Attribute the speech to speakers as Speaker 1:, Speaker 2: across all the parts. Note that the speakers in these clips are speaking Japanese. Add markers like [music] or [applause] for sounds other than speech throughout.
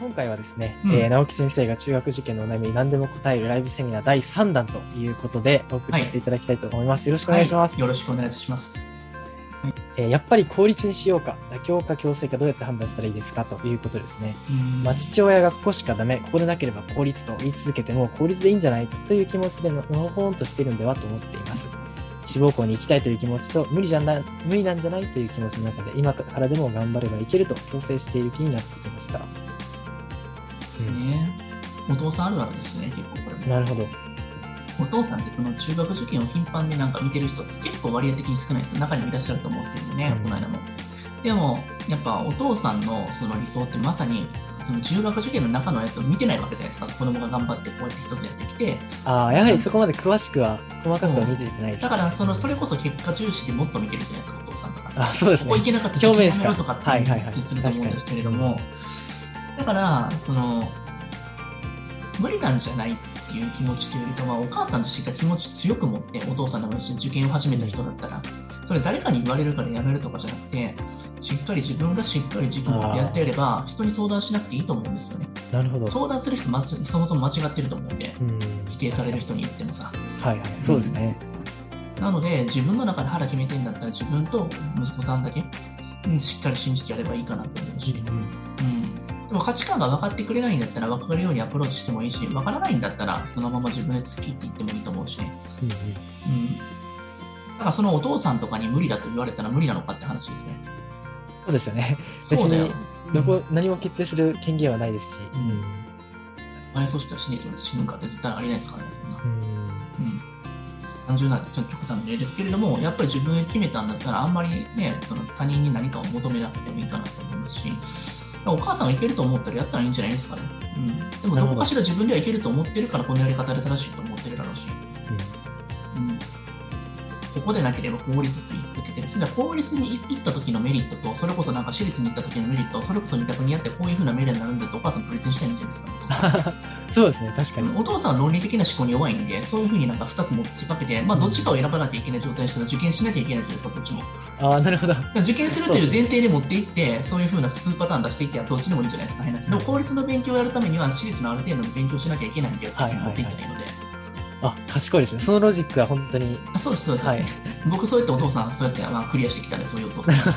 Speaker 1: 今回はですね、
Speaker 2: うん
Speaker 1: えー直樹先生が中学受験のお悩み何でも答えるライブセミナー第3弾ということでお送りさせていただきたいと思います。よろしくお願いします、
Speaker 2: よろしくお願いします。
Speaker 1: えーやっぱり効率にしようか、妥協か強制かどうやって判断したらいいですかということですね。
Speaker 2: うん
Speaker 1: まあ、父親がここしかダメ、ここでなければ効率と言い続けても効率でいいんじゃないという気持ちでののほほんとしているんではと思っています。志望校に行きたいという気持ちと無理じゃな無理なんじゃないという気持ちの中で今からでも頑張ればいけると強制している気になってきました。
Speaker 2: ですね。お父さんあるあるですね、結構これも。
Speaker 1: なるほど。
Speaker 2: お父さんってその中学受験を頻繁になんか見てる人って結構割合的に少ないです。中にもいらっしゃると思うんですけどね、
Speaker 1: うん
Speaker 2: この間も。でも、やっぱお父さんのその理想ってまさに、その中学受験の中のやつを見てないわけじゃないですか。子供が頑張ってこうやって一つやってきて、
Speaker 1: ああ、やはりそこまで詳しくは、細かくは見ててないです。
Speaker 2: だからそのそれこそ結果重視でもっと見てるじゃないですか、お父さんとか。
Speaker 1: あそうです
Speaker 2: ここ行
Speaker 1: ね。
Speaker 2: けなかった
Speaker 1: 表面しか
Speaker 2: ちょっとやめろとかって
Speaker 1: はいはいはい
Speaker 2: 気すると思うんですけれども、だから、その、無理なんじゃないっていう気持ちというよりかは、お母さん自身が気持ち強く持って、お父さんの一緒に受験を始めた人だったら、それ誰かに言われるからやめるとかじゃなくて、しっかり自分がしっかり自分を持ってやってやれば、人に相談しなくていいと思うんですよね。
Speaker 1: なるほど。
Speaker 2: 相談する人、まずそもそも間違ってると思うんで、
Speaker 1: うん。
Speaker 2: 否定される人に言ってもさ。
Speaker 1: はいはい。そうですね。
Speaker 2: なので、自分の中で腹決めてんだったら、自分と息子さんだけ、うんしっかり信じてやればいいかなと思うし、うん、でも価値観が分かってくれないんだったら、分かるようにアプローチしてもいいし、分からないんだったら、そのまま自分で好きって言ってもいいと思うしね。
Speaker 1: うんうん
Speaker 2: うんだからそのお父さんとかに無理だと言われたら無理なのかって話ですね。
Speaker 1: そうですよね。
Speaker 2: そうだよ
Speaker 1: 別。
Speaker 2: うん
Speaker 1: どこ、何も決定する権限はないですし。
Speaker 2: うん前組織は死ねって言われて死ぬかって絶対ありえないですからね、そんな。
Speaker 1: うん
Speaker 2: うん単純なちょっと極端な例ですけれども、やっぱり自分で決めたんだったら、あんまりね、その他人に何かを求めなくてもいいかなと思いますし、お母さんがいけると思ったらやったらいいんじゃないですかね。うん、でも、
Speaker 1: なる
Speaker 2: ど
Speaker 1: ほど
Speaker 2: こかしら自分ではいけると思ってるから、このやり方で正しいと思ってるだろうし、うん、ここでなければ法律と言い続けてるし、だから法律に行った時のメリットと、それこそなんか私立に行った時のメリット、それこそ二択にやってこういうふうなメリットになるんだって、お母さんプレゼンしたいんじゃないですか。
Speaker 1: そうですね。確かに。
Speaker 2: お父さんは論理的な思考に弱いんで、そういうふうになんか2つ持ちかけて、まあ、どっちかを選ばなきゃいけない状態にしたら受験しなきゃいけないじゃないですか、どっちも。だか
Speaker 1: ああ、なるほど。
Speaker 2: ら受験するという前提で持っていって、そういうふうな数パターン出していけばどっちでもいいんじゃないですか、変な話。でも、公立の勉強をやるためには、私立のある程度の勉強しなきゃいけないんで、
Speaker 1: はいはいはい
Speaker 2: 持っていったらいいので。
Speaker 1: あ、賢いですね。そのロジックは本当に。
Speaker 2: あそうです、そうです。
Speaker 1: はい。
Speaker 2: 僕、そうやってお父さん、そうやってまあクリアしてきたね、そういうお父
Speaker 1: [laughs]
Speaker 2: さん。は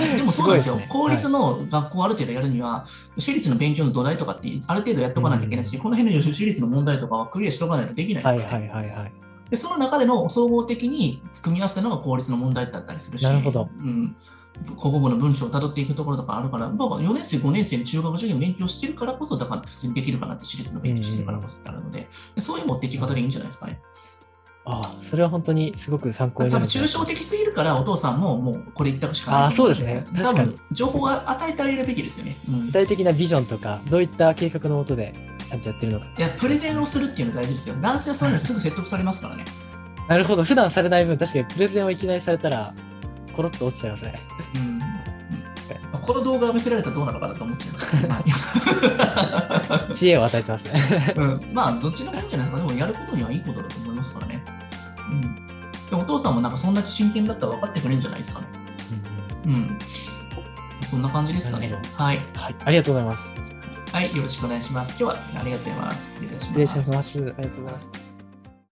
Speaker 2: いでもそうなんですよ、
Speaker 1: すごいですね
Speaker 2: 公立の学校をある程度やるには、私立の勉強の土台とかって、ある程度やっておかなきゃいけないし、この辺の予習私立の問題とかはクリアしておかないとできないですか
Speaker 1: は
Speaker 2: ら
Speaker 1: い
Speaker 2: ね。
Speaker 1: はいはいはい。
Speaker 2: でその中での総合的に組み合わせたのが効率の問題だったりするし、
Speaker 1: なるほど
Speaker 2: うん、国語の文章をたどっていくところとかあるから、僕は4年生、5年生の中学受験勉強してるからこそ、だから普通にできるかなって、私立の勉強してるからこそってあるので、でそういう持っていき方でいいんじゃないですかね。
Speaker 1: ああ、それは本当にすごく参考
Speaker 2: 多
Speaker 1: にな
Speaker 2: 分
Speaker 1: る。
Speaker 2: 抽象的すぎるから、お父さんももうこれ一択しかないと思ん
Speaker 1: あそうですね
Speaker 2: 多
Speaker 1: 確かに
Speaker 2: 分情報は与えてあげるべきですよね。うん
Speaker 1: 具体的なビジョンとか、どういった計画のもとでちゃんとやってるのか。
Speaker 2: いやプレゼンをするっていうの大事ですよ。男性はそういうのすぐ説得されますからね。
Speaker 1: なるほど。普段されない分、確かにプレゼンをいきなりされたら、コロッと落ちちゃいますね。
Speaker 2: うん
Speaker 1: 確か
Speaker 2: この動画を見せられたらどうなのかなと思っちゃいますけ
Speaker 1: [laughs]
Speaker 2: ど、はい
Speaker 1: に。知恵を与えてますね。
Speaker 2: うん、まあどっちでもいいんじゃないですかでもやることにはいいことだと思いますからね、うん、でお父さんもなんかそんだけ真剣だったら分かってくれるんじゃないですかねうんそんな感じですかね
Speaker 1: [laughs] なる
Speaker 2: はい、
Speaker 1: はい。ありがとうございます。
Speaker 2: はい、よろしくお願いします今日はありがとうございます失礼いたします
Speaker 1: 失礼します。ありがとうございます。